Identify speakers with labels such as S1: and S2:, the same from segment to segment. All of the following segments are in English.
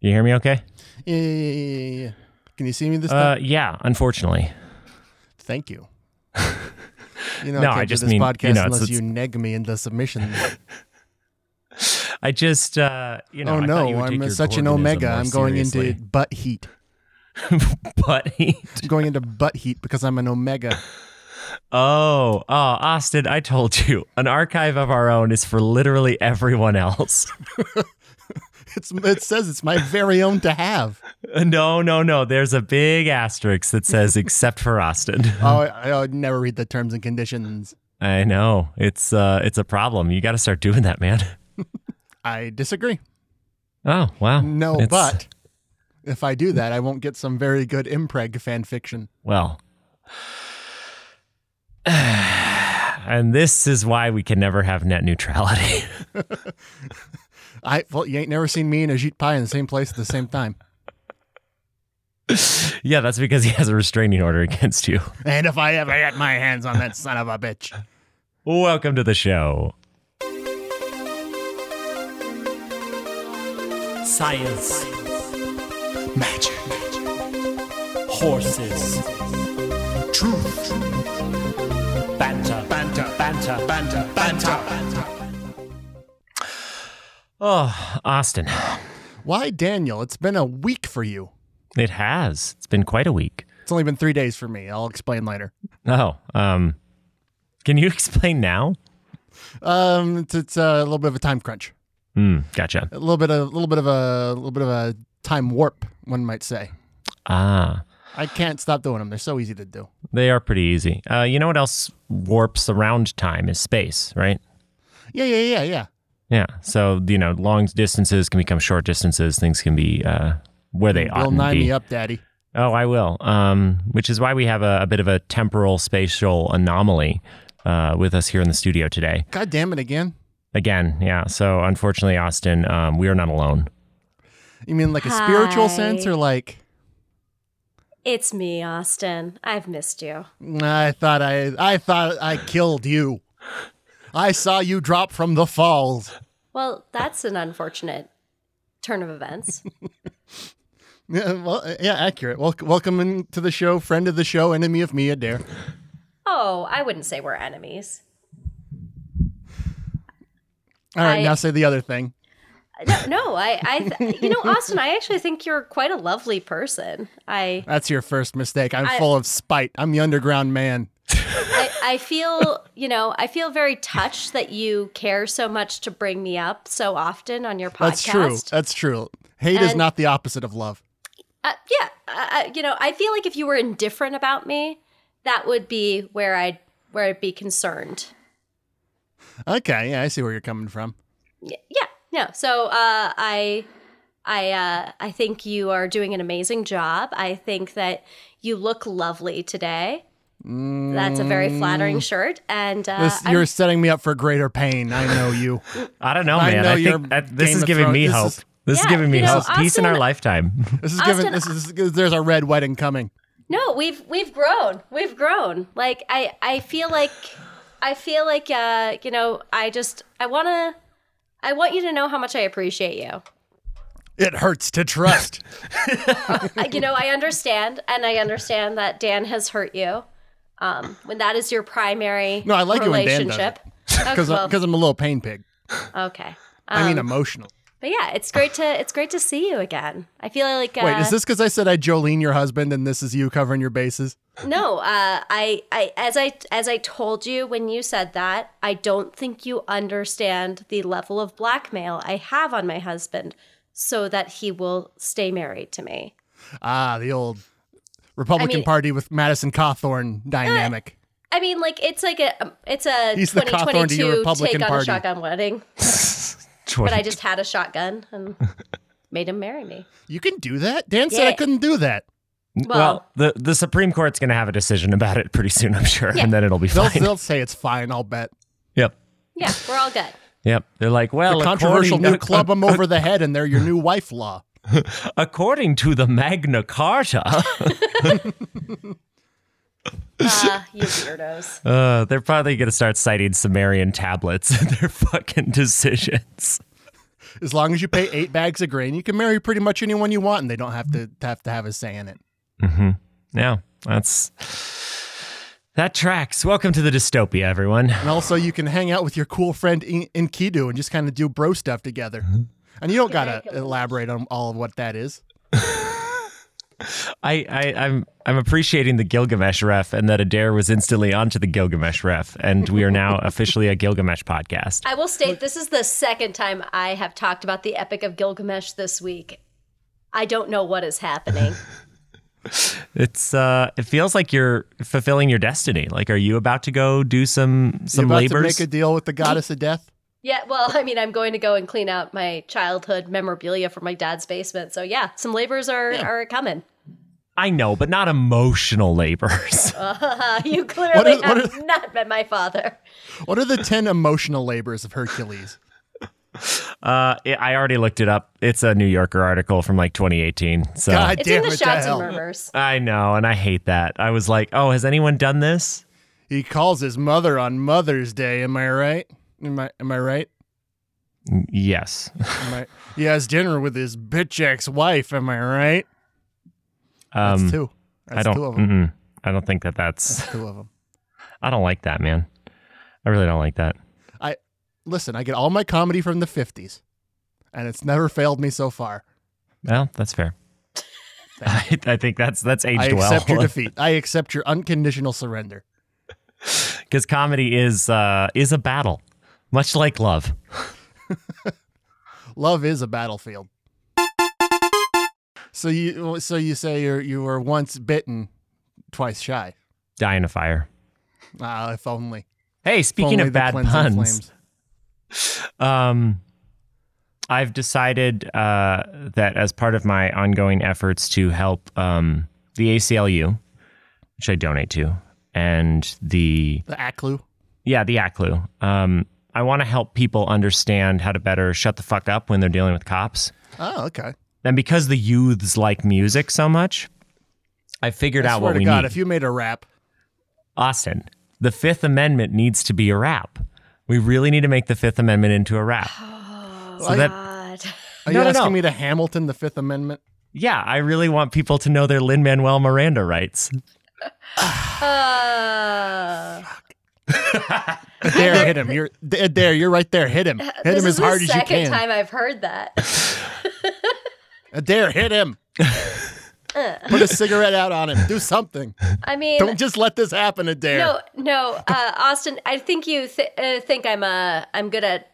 S1: You hear me okay?
S2: Yeah, yeah, yeah, yeah, yeah, yeah. Can you see me this time?
S1: Uh, yeah, unfortunately.
S2: Thank you. You know,
S1: No,
S2: I can't
S1: I
S2: do
S1: just
S2: this
S1: mean, you
S2: podcast
S1: know, it's-
S2: unless
S1: it's-
S2: you neg me in the submission.
S1: I just, uh, you know,
S2: oh
S1: I thought you
S2: no,
S1: would take
S2: I'm
S1: your
S2: such an
S1: organism
S2: omega.
S1: more
S2: I'm going
S1: seriously.
S2: into butt heat.
S1: But he-
S2: I'm going into butt heat because I'm an omega.
S1: oh, oh, Austin, I told you, an archive of our own is for literally everyone else.
S2: It's it says it's my very own to have.
S1: no, no, no. There's a big asterisk that says except for Austin.
S2: Oh, I, I would never read the terms and conditions.
S1: I know it's uh, it's a problem. You got to start doing that, man.
S2: I disagree.
S1: Oh wow.
S2: No,
S1: It's-
S2: but if I do that, I won't get some very good impreg fan fiction.
S1: well. And this is why we can never have net neutrality.
S2: I well, you ain't never seen me and Ajit Pai in the same place at the same time.
S1: yeah, that's because he has a restraining order against you.
S2: And if I ever get my hands on that son of a bitch,
S1: Welcome to the show.
S3: Science,
S2: magic,
S3: horses,
S2: truth,
S3: banter, banter, banter, banter, banter.
S1: Oh, Austin,
S2: Why, Daniel? It's been a week for you.
S1: it has. It's been quite a week.
S2: It's only been three days for me. I'll explain later.
S1: Oh, um, can you explain now?
S2: Um, it's, it's a little bit of a time crunch,
S1: Hmm, gotcha.
S2: a little bit of a little bit of a little bit of a time warp, one might say.
S1: Ah,
S2: I can't stop doing them. They're so easy to do.
S1: they are pretty easy. Uh, you know what else warps around time is space, right?
S2: Yeah, yeah, yeah, yeah.
S1: Yeah. So you know, long distances can become short distances. Things can be uh, where they
S2: Bill
S1: ought to
S2: nine
S1: be.
S2: me up, Daddy.
S1: Oh, I will. Um, which is why we have a, a bit of a temporal spatial anomaly uh, with us here in the studio today.
S2: God damn it again.
S1: Again, yeah. So unfortunately, Austin, um, we are not alone.
S2: You mean like a spiritual
S4: Hi.
S2: sense or like?
S4: It's me, Austin. I've missed you.
S2: I thought I I thought I killed you. I saw you drop from the falls.
S4: Well, that's an unfortunate turn of events.
S2: Yeah, well, uh, yeah, accurate. Wel- welcome into the show, friend of the show, enemy of me, Adair.
S4: oh, I wouldn't say we're enemies.
S2: All right,
S4: I-
S2: now say the other thing.
S4: No, no I, I, th- you know, Austin, I actually think you're quite a lovely person. I,
S2: That's your first mistake. I'm
S4: I-
S2: full of spite. I'm the underground man.
S4: I, I feel, you know, I feel very touched that you care so much to bring me up so often on your podcast.
S2: That's true. That's true. Hate is
S4: And-
S2: not the opposite of love.
S4: Uh, yeah, uh, you know, I feel like if you were indifferent about me, that would be where I'd, where I'd be concerned.
S2: Okay, yeah, I see where you're coming from.
S4: yeah no so uh, i i uh, i think you are doing an amazing job i think that you look lovely today that's a very flattering shirt and uh,
S2: This,
S4: I'm-
S2: you're setting me up for greater pain. I know you.
S1: I don't know,
S2: I
S1: man.
S2: know
S1: I,
S2: you're
S1: think that, this
S2: Game
S1: is
S2: of
S1: giving
S2: Thrones-
S1: me
S2: this
S1: hope.
S2: is-
S1: this is
S4: Yeah,
S1: giving me
S4: you know,
S1: hope. Peace in our
S4: Austin-
S1: lifetime.
S2: This is giving.
S4: Austin,
S2: This is there's a red wedding coming.
S4: no we've we've grown we've grown like i i feel like i feel like uh you know i just i want to i want you to know how much i appreciate you
S2: It hurts to trust.
S4: Uh, you know, I understand, and I understand that Dan has hurt you. Um, when that is your primary
S2: No, I like it uh, when Dan does
S4: relationship.
S2: because
S4: okay, well,
S2: I'm a little pain pig.
S4: okay.
S2: I mean
S4: Um,
S2: emotional.
S4: but yeah, it's great to it's great to see you again. I feel like uh,
S2: Wait, is this because I said I Jolene your husband and this is you covering your bases?
S4: no? Uh, I I as I as I told you when you said that, I don't think you understand the level of blackmail I have on my husband, so that he will stay married to me.
S2: Ah, the old Republican
S4: I mean-
S2: Party with Madison Cawthorn dynamic.
S4: I mean, like it's like a um, it's a
S2: He's the Cawthorn to your
S4: 2022
S2: Republican
S4: take on
S2: Party.
S4: a shotgun wedding. but I just had a shotgun and made him marry me.
S2: you can do that. Dan said I
S4: Yeah.
S2: couldn't do that.
S1: well, the the Supreme Court's going to have a decision about it pretty soon, I'm sure, and then it'll be
S2: They'll,
S1: fine.
S2: they'll say it's fine. I'll bet.
S1: yep.
S4: yeah, we're all good.
S1: Yep. They're like, well,
S2: The controversial
S1: according,
S2: new club them over the head and they're your new wife law.
S1: according to the Magna Carta,
S4: Uh, you weirdos.
S1: uh, they're probably going to start citing Sumerian tablets in their fucking decisions.
S2: as long as you pay eight bags of grain, you can marry pretty much anyone you want, and they don't have to have to have a say in it.
S1: hmm Yeah, that's that tracks. Welcome to the dystopia, everyone.
S2: And also, you can hang out with your cool friend in- Enkidu and just kind of do bro stuff together. And you don't gotta elaborate on all of what that is.
S1: I, I I'm I'm appreciating the Gilgamesh ref and that Adair was instantly onto the Gilgamesh ref, and we are now officially a Gilgamesh podcast.
S4: I will state this is the second time I have talked about the Epic of Gilgamesh this week. I don't know what is happening.
S1: It's uh, it feels like you're fulfilling your destiny. Like, are you about to go do some some
S2: you about to
S1: labors?
S2: make a deal with the goddess of death.
S4: yeah, well, I mean, I'm going to go and clean out my childhood memorabilia from my dad's basement. So yeah, some labors are are coming.
S1: I know, but not emotional labors.
S4: Uh, you clearly
S2: What is- what
S4: have not met my father.
S2: What are the ten emotional labors of Hercules?
S1: Uh, I I already looked it up. It's a New Yorker article from like 2018. So
S2: God
S4: It's
S2: damn
S4: in the
S2: it, to
S4: shouts and
S2: hell.
S4: murmurs.
S1: I know, and I hate that. I was like, oh, has anyone done this?
S2: He calls his mother on Mother's Day. Am I right? Am I am I right?
S1: Yes.
S2: Am I, he has dinner with his bitch ex wife. Am I right? That's
S1: Um,
S2: two. That's
S1: I don't. mm-hmm.
S2: two of them.
S1: mm-mm. I don't think that that's.
S2: Two of them.
S1: I don't like that, man. I really don't like that.
S2: I listen. I get all my comedy from the fifties, and it's never failed me so far.
S1: Well, that's fair. I, I think that's that's
S2: I
S1: aged well
S2: accept your defeat. I accept your unconditional surrender.
S1: because comedy is uh, is a battle, much like love.
S2: Love is a battlefield. So you so you say you you were once bitten, twice shy.
S1: Die in a fire.
S2: Ah, if only.
S1: Hey,
S2: If
S1: speaking
S2: only
S1: of
S2: the
S1: bad
S2: cleansing
S1: puns,
S2: flames.
S1: Um, I've decided uh, that as part of my ongoing efforts to help um, the ACLU, which I donate to, and the
S2: The Aklu.
S1: yeah the ACLU, um, I want to help people understand how to better shut the fuck up when they're dealing with cops.
S2: Oh, okay.
S1: And because the youths like music so much, I figured
S2: I
S1: out
S2: swear
S1: what
S2: to
S1: we
S2: God,
S1: need.
S2: if you made a rap,
S1: Austin, the Fifth Amendment needs to be a rap. We really need to make the Fifth Amendment into a rap. so that
S4: God.
S2: are
S1: No,
S2: you
S1: no,
S2: asking
S1: no.
S2: me to Hamilton the Fifth Amendment?
S1: Yeah, I really want people to know their Lin Manuel Miranda rights.
S4: Uh,
S2: Dare hit him. You're d- uh, dare. You're right there. Hit him. Hit
S4: Uh, this
S2: him as
S4: is
S2: hard as
S4: the
S2: you
S4: second
S2: can. Uh,
S4: time I've heard that.
S2: Dare hit him.
S4: Uh.
S2: Put a cigarette out on him. Do something.
S4: I mean,
S2: Don't just let this happen, Adair.
S4: no, no, uh, Austin. I think you th- uh, think I'm uh, I'm good at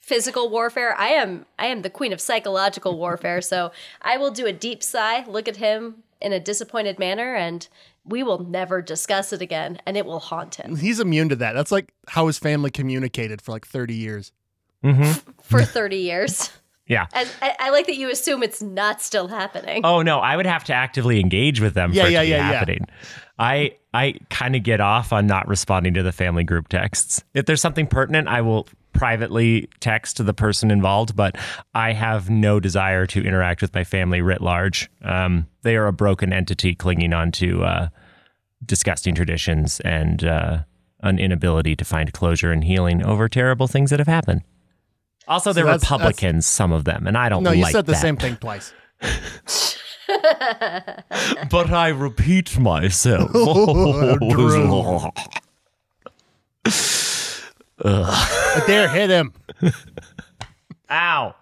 S4: physical warfare. I am. I am the queen of psychological warfare. So I will do a deep sigh, look at him in a disappointed manner, and we will never discuss it again, and it will haunt him
S2: He's immune to that. That's like how his family communicated for like 30 years.
S4: for thirty years.
S1: Yeah.
S4: And I, I like that you assume it's not still happening.
S1: Oh no, I would have to actively engage with them
S2: Yeah,
S1: for it
S2: yeah,
S1: to be
S2: yeah, yeah.
S1: happening. I I kind of get off on not responding to the family group texts. If there's something pertinent, I will privately text to the person involved, but I have no desire to interact with my family writ large. Um, they are a broken entity clinging on to uh, disgusting traditions and uh, an inability to find closure and healing over terrible things that have happened. Also, they're
S2: that's- that's-
S1: Republicans, some of them, and I don't
S2: No,
S1: like
S2: you said the
S1: that.
S2: same thing twice.
S1: but I repeat myself.
S2: Oh, Drew. Adair Uh, hit him.
S1: Ow.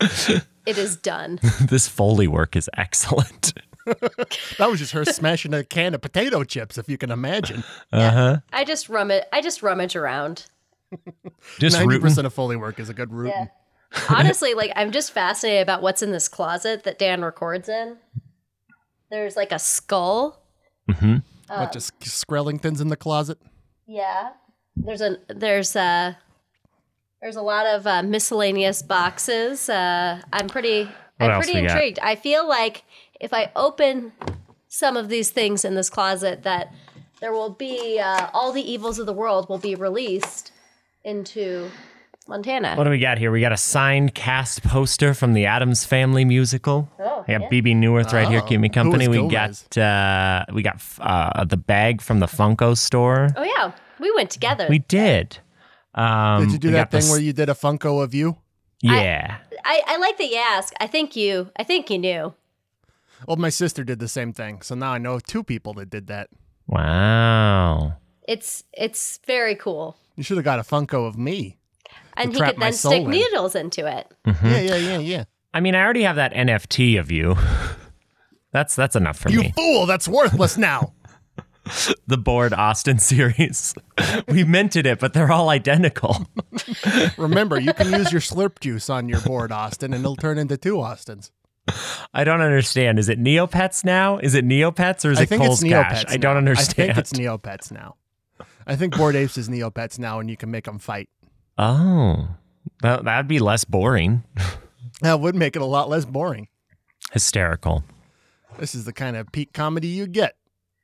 S4: It is done.
S1: This Foley work is excellent.
S2: That was just her smashing a can of potato chips, if you can imagine.
S4: I just rummage. I just rummage around.
S1: Just
S2: 90%
S1: rooting.
S2: of Foley work is a good root.
S4: Honestly, like I'm just fascinated about what's in this closet that Dan records in. There's like a skull. Uh.
S2: Bunch of sc- Skrellingtons in the closet.
S4: Yeah. There's a there's a there's a lot of uh, miscellaneous boxes. Uh, I'm pretty
S1: What
S4: I'm
S1: else
S4: pretty
S1: we got?
S4: intrigued. I feel like if I open some of these things in this closet, that there will be uh, all the evils of the world will be released into Montana.
S1: What do we got here? We got a signed cast poster from the Adams Family musical.
S4: Oh,
S1: I got BB Newirth right here, keep me company.
S2: Oh. Who is
S1: We
S2: Gomez?
S1: got uh, we got uh, the bag from the Funko store.
S4: oh yeah, we went together.
S1: We did. Um,
S2: Did you do
S1: we
S2: that
S1: Um, got the
S2: thing where you did a Funko of you?
S1: Yeah.
S4: I, I like that you ask. I think you. I think you knew.
S2: Well, my sister did the same thing, so now I know two people that did that.
S1: wow.
S4: It's it's very cool,
S2: You should have got a Funko of me.
S4: and he
S2: trap
S4: could
S2: my
S4: then
S2: soul
S4: stick
S2: in.
S4: needles into it.
S1: Mm-hmm.
S2: Yeah, yeah, yeah, yeah.
S1: I mean, I already have that NFT of you. that's that's enough for
S2: You
S1: me.
S2: fool! That's worthless now.
S1: The bored Austin series. we minted it, but they're all identical.
S2: Remember, you can use your slurp juice on your board, Austin, and it'll turn into two Austins.
S1: I don't understand. Is it Neopets now? Is it Neopets or is
S2: I
S1: it
S2: think
S1: Cole's
S2: it's Neopets.
S1: Cash? I don't
S2: now.
S1: understand.
S2: I think it's Neopets now. I think Board Apes is Neopets now, and you can make them fight.
S1: oh, that that'd be less boring.
S2: That would make it a lot less boring.
S1: Hysterical.
S2: This is the kind of peak comedy you get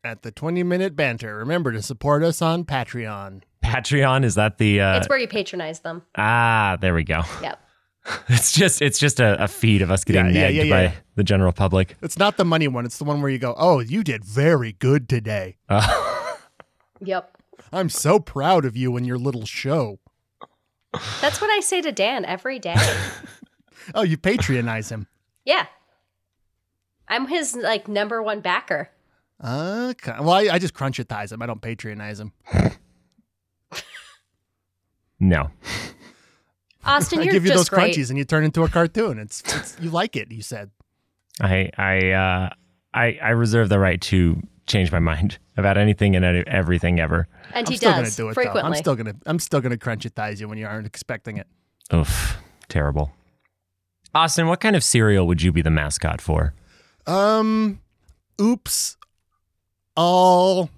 S2: at the 20 minute banter. Remember to support us on Patreon.
S1: Patreon is that the uh,
S4: it's where you patronize them.
S1: ah? There we go.
S4: Yep.
S1: It's just it's just a, a feed of us getting
S2: Yeah, yeah,
S1: nagged
S2: yeah, yeah.
S1: by the general public.
S2: It's not the money one, it's the one where you go, Oh, you did very good today.
S1: Uh,
S4: Yep.
S2: I'm so proud of you and your little show.
S4: That's what I say to Dan every day.
S2: Oh, you patronize him.
S4: yeah. I'm his like number one backer.
S2: Okay. Well, I, I just crunchitize him. I don't patronize him.
S1: No.
S4: Austin,
S2: I
S4: you're
S2: give you those
S4: just great.
S2: crunchies and you turn into a cartoon. It's, it's you like it, you said.
S1: I I uh I I reserve the right to change my mind about anything and any- everything ever.
S4: And
S2: I'm
S4: he
S2: still
S4: does
S2: gonna do it
S4: frequently.
S2: though. I'm still gonna I'm still gonna crunchitize you when you aren't expecting it.
S1: Oof, terrible. Austin, what kind of cereal would you be the mascot for?
S2: Um, oops, all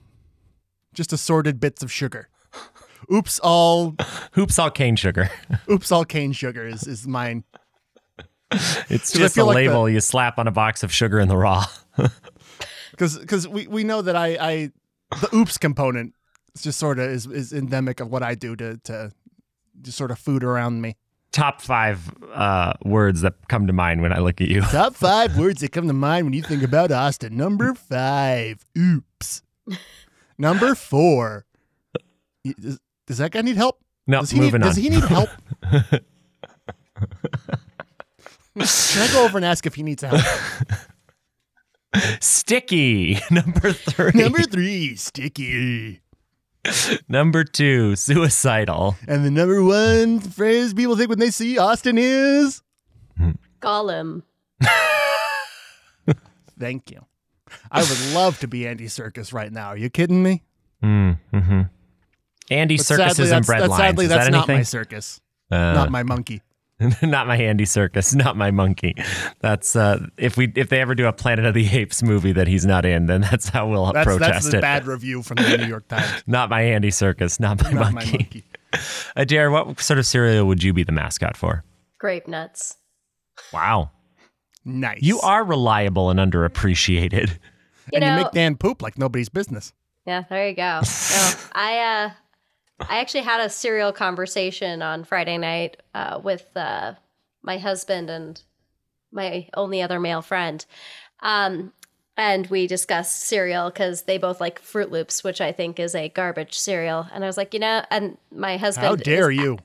S2: just assorted bits of sugar. Oops, all
S1: Hoops all cane sugar.
S2: oops, all cane sugar is is mine.
S1: It's
S2: 'Cause
S1: just
S2: I
S1: a
S2: feel like the-
S1: label you slap on a box of sugar in the raw.
S2: Because we we know that I I the oops component is just sort of is is endemic of what I do to to just sort of food around me.
S1: Top five uh, words that come to mind when I look at you.
S2: Top five words that come to mind when you think about Austin. Number five, oops. Number four, y- does, does that guy need help?
S1: No,
S2: Does he
S1: moving
S2: need,
S1: on.
S2: Does he need help? Can I go over and ask if he needs help?
S1: Sticky number three.
S2: Number three, sticky.
S1: number two, suicidal.
S2: And the number one phrase people think when they see Austin is
S4: Gollum.
S2: thank you. I would love to be Andy Circus right now. Are you kidding me?
S1: Mm-hmm. Andy
S2: But
S1: circuses
S2: sadly,
S1: and
S2: that's,
S1: bread
S2: that's-
S1: lines.
S2: Sadly,
S1: Is
S2: that's
S1: that
S2: not my
S1: anything?
S2: circus,
S1: Uh,
S2: not my monkey.
S1: not my Andy Circus, not my monkey. That's uh, if we if they ever do a Planet of the Apes movie that he's not in, then that's how we'll
S2: That's,
S1: protest
S2: that's the
S1: it.
S2: bad review from the New York Times.
S1: Not my Andy Circus, not my
S2: Not my
S1: monkey.
S2: monkey.
S1: Adair, what sort of cereal would you be the mascot for?
S4: Grape nuts.
S1: Wow,
S2: Nice.
S1: you are reliable and underappreciated.
S4: You
S2: and
S4: know,
S2: you make Dan poop like nobody's business.
S4: Yeah, there you go. No, I uh, I actually had a serial conversation on Friday night uh, with uh, my husband and my only other male friend, um, and we discussed cereal because they both like Fruit Loops, which I think is a garbage cereal. And I was like, you know, and my husband,
S2: How dare
S4: is-
S2: you?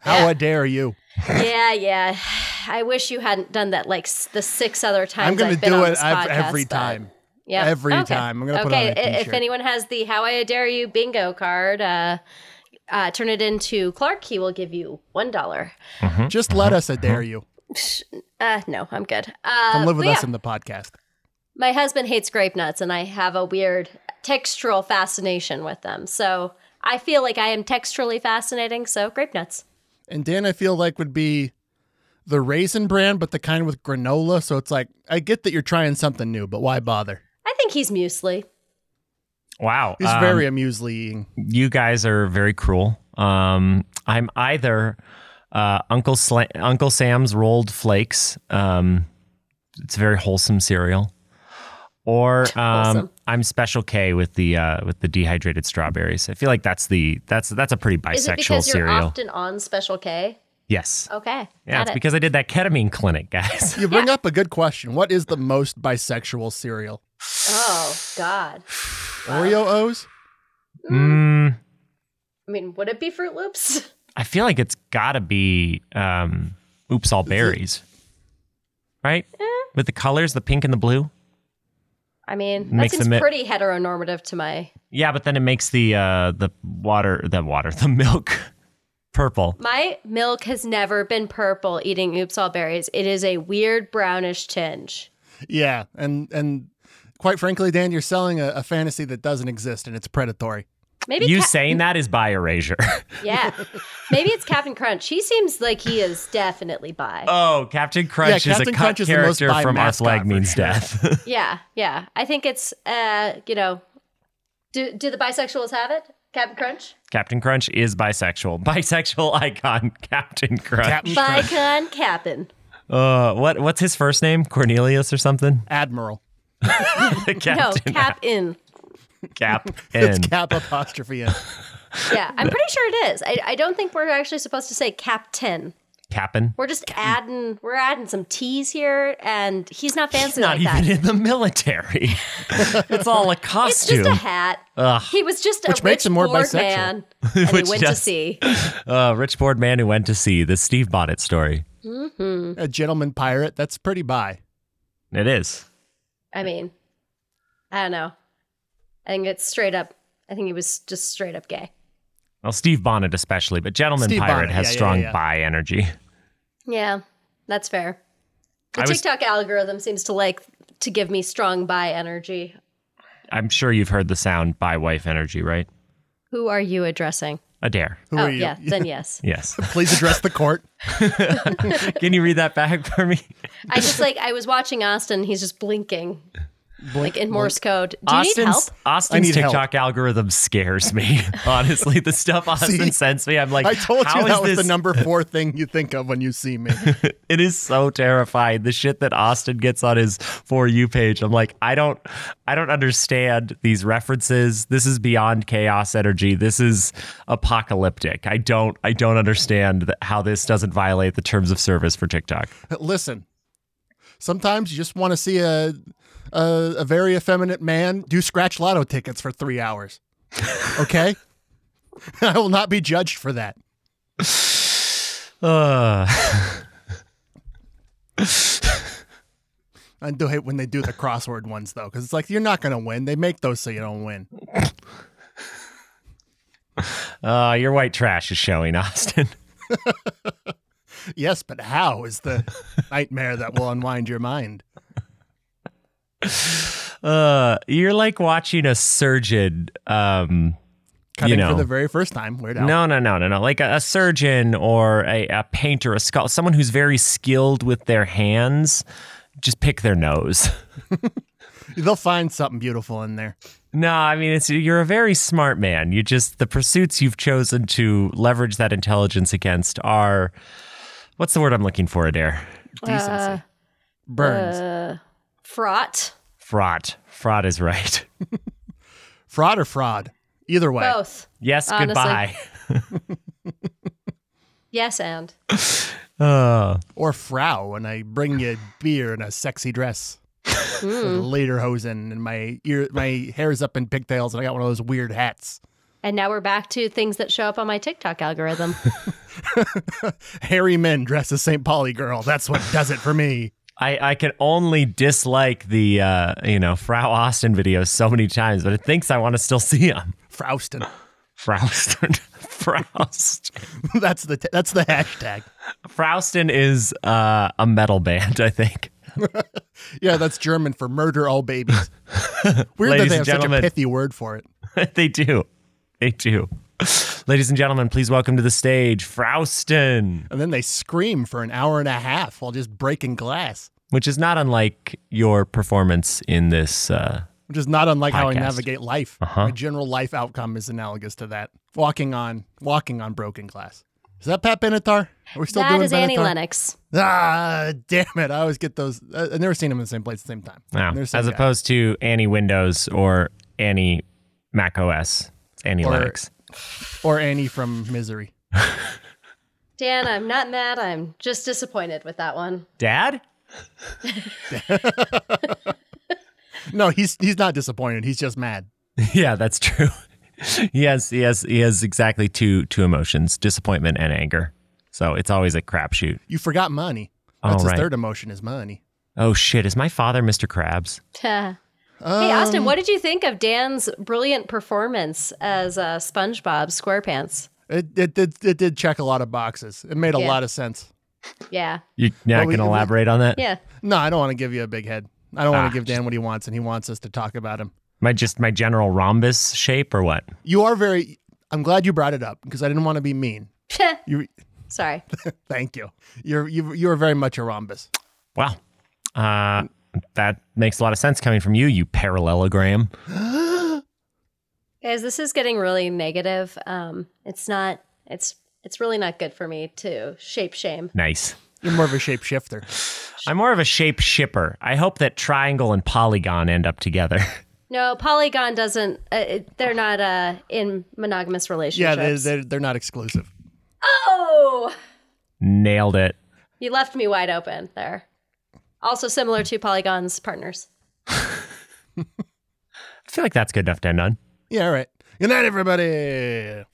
S2: How dare you?
S4: Yeah, yeah. I wish you hadn't done that like s- the six other times.
S2: I'm going
S4: I've
S2: to
S4: been
S2: do
S4: on
S2: it
S4: this
S2: I've-
S4: podcast,
S2: every
S4: but-
S2: time.
S4: Yeah.
S2: Every time. I'm gonna put
S4: okay.
S2: on a
S4: i- If
S2: t-shirt.
S4: anyone has the "How I Dare You" bingo card, uh, uh, turn it into Clark. He will give you one dollar.
S1: Hmm?
S2: Just let us dare you.
S4: Uh, no, I'm good. Uh,
S2: Come live with
S4: but
S2: us
S4: yeah,
S2: in the podcast.
S4: My husband hates grape nuts, and I have a weird textural fascination with them. So I feel like I am texturally fascinating. So grape nuts.
S2: And Dan, I feel like would be the raisin brand, but the kind with granola. So it's like I get that you're trying something new, but why bother?
S4: I think he's muesli.
S1: Wow,
S2: He's
S1: um,
S2: very amusing.
S1: you guys are very cruel. Um, I'm either uh, Uncle Sla- Uncle Sam's rolled flakes. Um, it's a very wholesome cereal, or um,
S4: Wholesome.
S1: I'm Special K with the uh, with the dehydrated strawberries. I feel like that's the that's that's a pretty
S4: Is it
S1: bisexual
S4: because you're
S1: cereal.
S4: often on Special K?
S1: yes,
S4: Okay,
S1: yeah,
S4: got
S1: it's
S4: it.
S1: because I did that ketamine clinic, guys.
S2: You bring up a good question. What is the most bisexual cereal?
S4: oh God.
S2: Oreo O's?
S1: mm,
S4: I mean, would it be Fruit Loops?
S1: I feel like it's got to be um, Oops, all berries. Right? With the colors, the pink and the blue.
S4: I mean, that
S1: Makes
S4: seems
S1: them mi-
S4: pretty heteronormative to my
S1: Yeah, but then it makes the uh the water the water, the milk purple.
S4: my milk has never been purple eating oops all berries. It is a weird brownish tinge.
S2: Yeah, and and quite frankly, Dan, you're selling a, a fantasy that doesn't exist and it's predatory.
S4: Maybe
S1: You
S4: Ca-
S1: saying that is by erasure.
S4: yeah. Maybe it's Captain Crunch. He seems like he is definitely bi.
S1: oh, Captain Crunch is a
S2: Captain
S1: cut
S2: Crunch is the most
S1: character
S2: bi
S1: from Our
S2: mascot
S1: Flag
S2: for
S1: Means
S2: sure.
S1: Death.
S4: yeah, yeah. I think it's uh, you know, do do the bisexuals have it? Captain Crunch?
S1: Captain Crunch is bisexual. Bisexual icon Captain Crunch.
S2: Captain Crunch,
S4: Bicon Captain.
S1: uh, what what's his first name? Cornelius or something?
S2: Admiral.
S1: The
S4: No,
S1: Captain
S4: Cap in.
S1: Cap
S2: It's
S1: N.
S2: cap apostrophe N.
S4: Yeah, I'm pretty sure it is. I, I don't think we're actually supposed to say Captain.
S1: Cap'n.
S4: We're just adding we're adding some T's here, and he's not fancy
S1: Not
S4: like that.
S1: even in the military. it's all a
S4: It's just
S1: costume.
S4: a hat. He was just a
S2: Which makes
S4: rich
S2: him more
S4: bored
S2: bisexual.
S4: man, and he
S1: Which
S4: went to
S1: does-
S4: sea.
S1: uh, rich board man who went to sea. The Steve Bonnet story.
S2: A gentleman pirate. That's pretty bi.
S1: It is.
S4: I mean, I don't know. I think it's straight up. I think he was just straight up gay.
S1: Well, Steve Bonnet especially, but Gentleman
S2: Steve
S1: Pirate
S2: Bonnet,
S1: has
S2: yeah, yeah,
S1: strong
S2: yeah.
S1: bi energy.
S4: Yeah, that's fair. The
S1: I was-
S4: TikTok algorithm seems to like to give me strong bi energy.
S1: I'm sure you've heard the sound bi wife energy, right?
S4: Who are you addressing?
S1: Adair.
S2: Who
S4: oh
S2: are you?
S4: yeah, then yes.
S1: Yes.
S2: Please address the court.
S1: Can you read that back for me?
S4: I just like I was watching Austin. He's just blinking, like in Morse code. Do you need help?
S1: Austin's, Austin's
S2: need help.
S1: TikTok algorithm scares me. Honestly, the stuff Austin
S2: See?
S1: sends me, I'm like,
S2: I told
S1: "How
S2: you
S1: is
S2: that was
S1: this?
S2: the number four thing you think of when you see me.
S1: It is so terrifying. The shit that Austin gets on his for you page. I'm like, I don't, I don't understand these references. This is beyond chaos energy. This is apocalyptic. I don't, I don't understand that, how this doesn't violate the terms of service for TikTok.
S2: Listen, sometimes you just want to see a, a a very effeminate man do scratch lotto tickets for three hours. Okay, I will not be judged for that.
S1: Uh,
S2: I do hate when they do the crossword ones though, because it's like you're not gonna win. They make those so you don't win.
S1: uh, your white trash is showing, Austin.
S2: Yes, but how is the nightmare that will unwind your mind?
S1: Uh, you're like watching a surgeon. Um,
S2: Cutting
S1: know.
S2: for the very first time, Weird Al.
S1: No, no, no, no, no. Like a, a surgeon or a, a painter, a sculptor, someone who's very skilled with their hands, just pick their nose.
S2: they'll find something beautiful in there.
S1: no, I mean it's you're a very smart man. You just the pursuits you've chosen to leverage that intelligence against are what's the word I'm looking for, Adair?
S2: Decency burns.
S4: Fraught.
S1: Fraud. Fraud is right.
S2: fraud or fraud, either way.
S4: Both.
S1: Yes,
S4: Honestly.
S1: goodbye.
S4: Yes, and
S1: Uh,
S2: or Frau when I bring you beer in a sexy dress.
S1: Hmm.
S2: With later hosen and my ear my hair's up in pigtails and I got one of those weird hats.
S4: and now we're back to things that show up on my TikTok algorithm.
S2: Hairy men dressed as St. Pauli girl. That's what does it for me.
S1: I, I can only dislike the uh, you know Frau Austin videos so many times, but it thinks I want to still see them.
S2: Frauston.
S1: Frouston. Froust.
S2: that's the t- that's the hashtag.
S1: Frouston is uh, a metal band, I think.
S2: Yeah, that's German for murder all babies. Weird that
S1: Ladies and
S2: they have such a
S1: gentlemen.
S2: pithy word for it.
S1: they do. They do. Ladies and gentlemen, please welcome to the stage Frouston,
S2: And then they scream for an hour and a half while just breaking glass,
S1: which is not unlike your performance in this. Uh,
S2: which is not unlike how I
S1: Podcast. Uh-huh.
S2: navigate life. My general life outcome is analogous to that. Walking on walking on broken glass. Is that Pat Benatar? Are we still
S4: that
S2: doing
S4: is Annie
S2: Benatar?
S4: Lennox.
S2: Ah, damn it! I always get those. I- I've never seen them in the same place at the same time.
S1: no,
S2: They're the
S1: as
S2: same guy.
S1: opposed to Annie Windows or Annie Mac OS, Annie
S2: Or-
S1: Linux.
S2: or Annie from Misery.
S4: Dan, I'm not mad. I'm just disappointed with that one.
S1: Dad?
S2: No, he's he's not disappointed. He's just mad.
S1: Yeah, that's true. he has he has he has exactly two two emotions: disappointment and anger. So it's always a crapshoot.
S2: You forgot money. That's
S1: Oh,
S2: his
S1: right.
S2: third emotion is money.
S1: Oh shit! Is my father Mr. Krabs?
S4: hey,
S2: Um,
S4: Austin, what did you think of Dan's brilliant performance as uh, SpongeBob SquarePants?
S2: It, it, did it did check a lot of boxes. It made a
S4: Yeah.
S2: lot of sense.
S4: Yeah,
S1: You not
S2: Well, we-
S1: going to elaborate on that?
S4: yeah.
S2: No, I don't want to give you a big head. I don't want
S1: Ah,
S2: to give Dan what he wants, and he wants us to talk about him.
S1: My just my general rhombus shape or what?
S2: You are very. I'm glad you brought it up because I didn't want to be mean. You,
S4: Sorry.
S2: thank you. You're you you are very much a rhombus.
S1: Wow. Uh, that makes a lot of sense coming from you, you parallelogram.
S4: Guys, this is getting really negative. Um, it's not. It's it's really not good for me to shape shame.
S1: Nice.
S2: You're more of a shapeshifter.
S1: I'm more of a shape shipper. I hope that triangle and polygon end up together.
S4: No, Polygon doesn't. Uh, it- they're not uh, in monogamous
S2: yeah,
S4: relationships.
S2: they're, they're they're not exclusive.
S4: oh,
S1: Nailed it.
S4: you left me wide open there. Also similar to Polygon's partners.
S1: I feel like that's good enough to end on.
S2: Yeah, all right. Good night, everybody.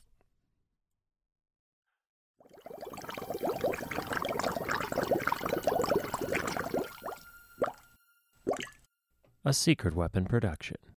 S1: A secret weapon production.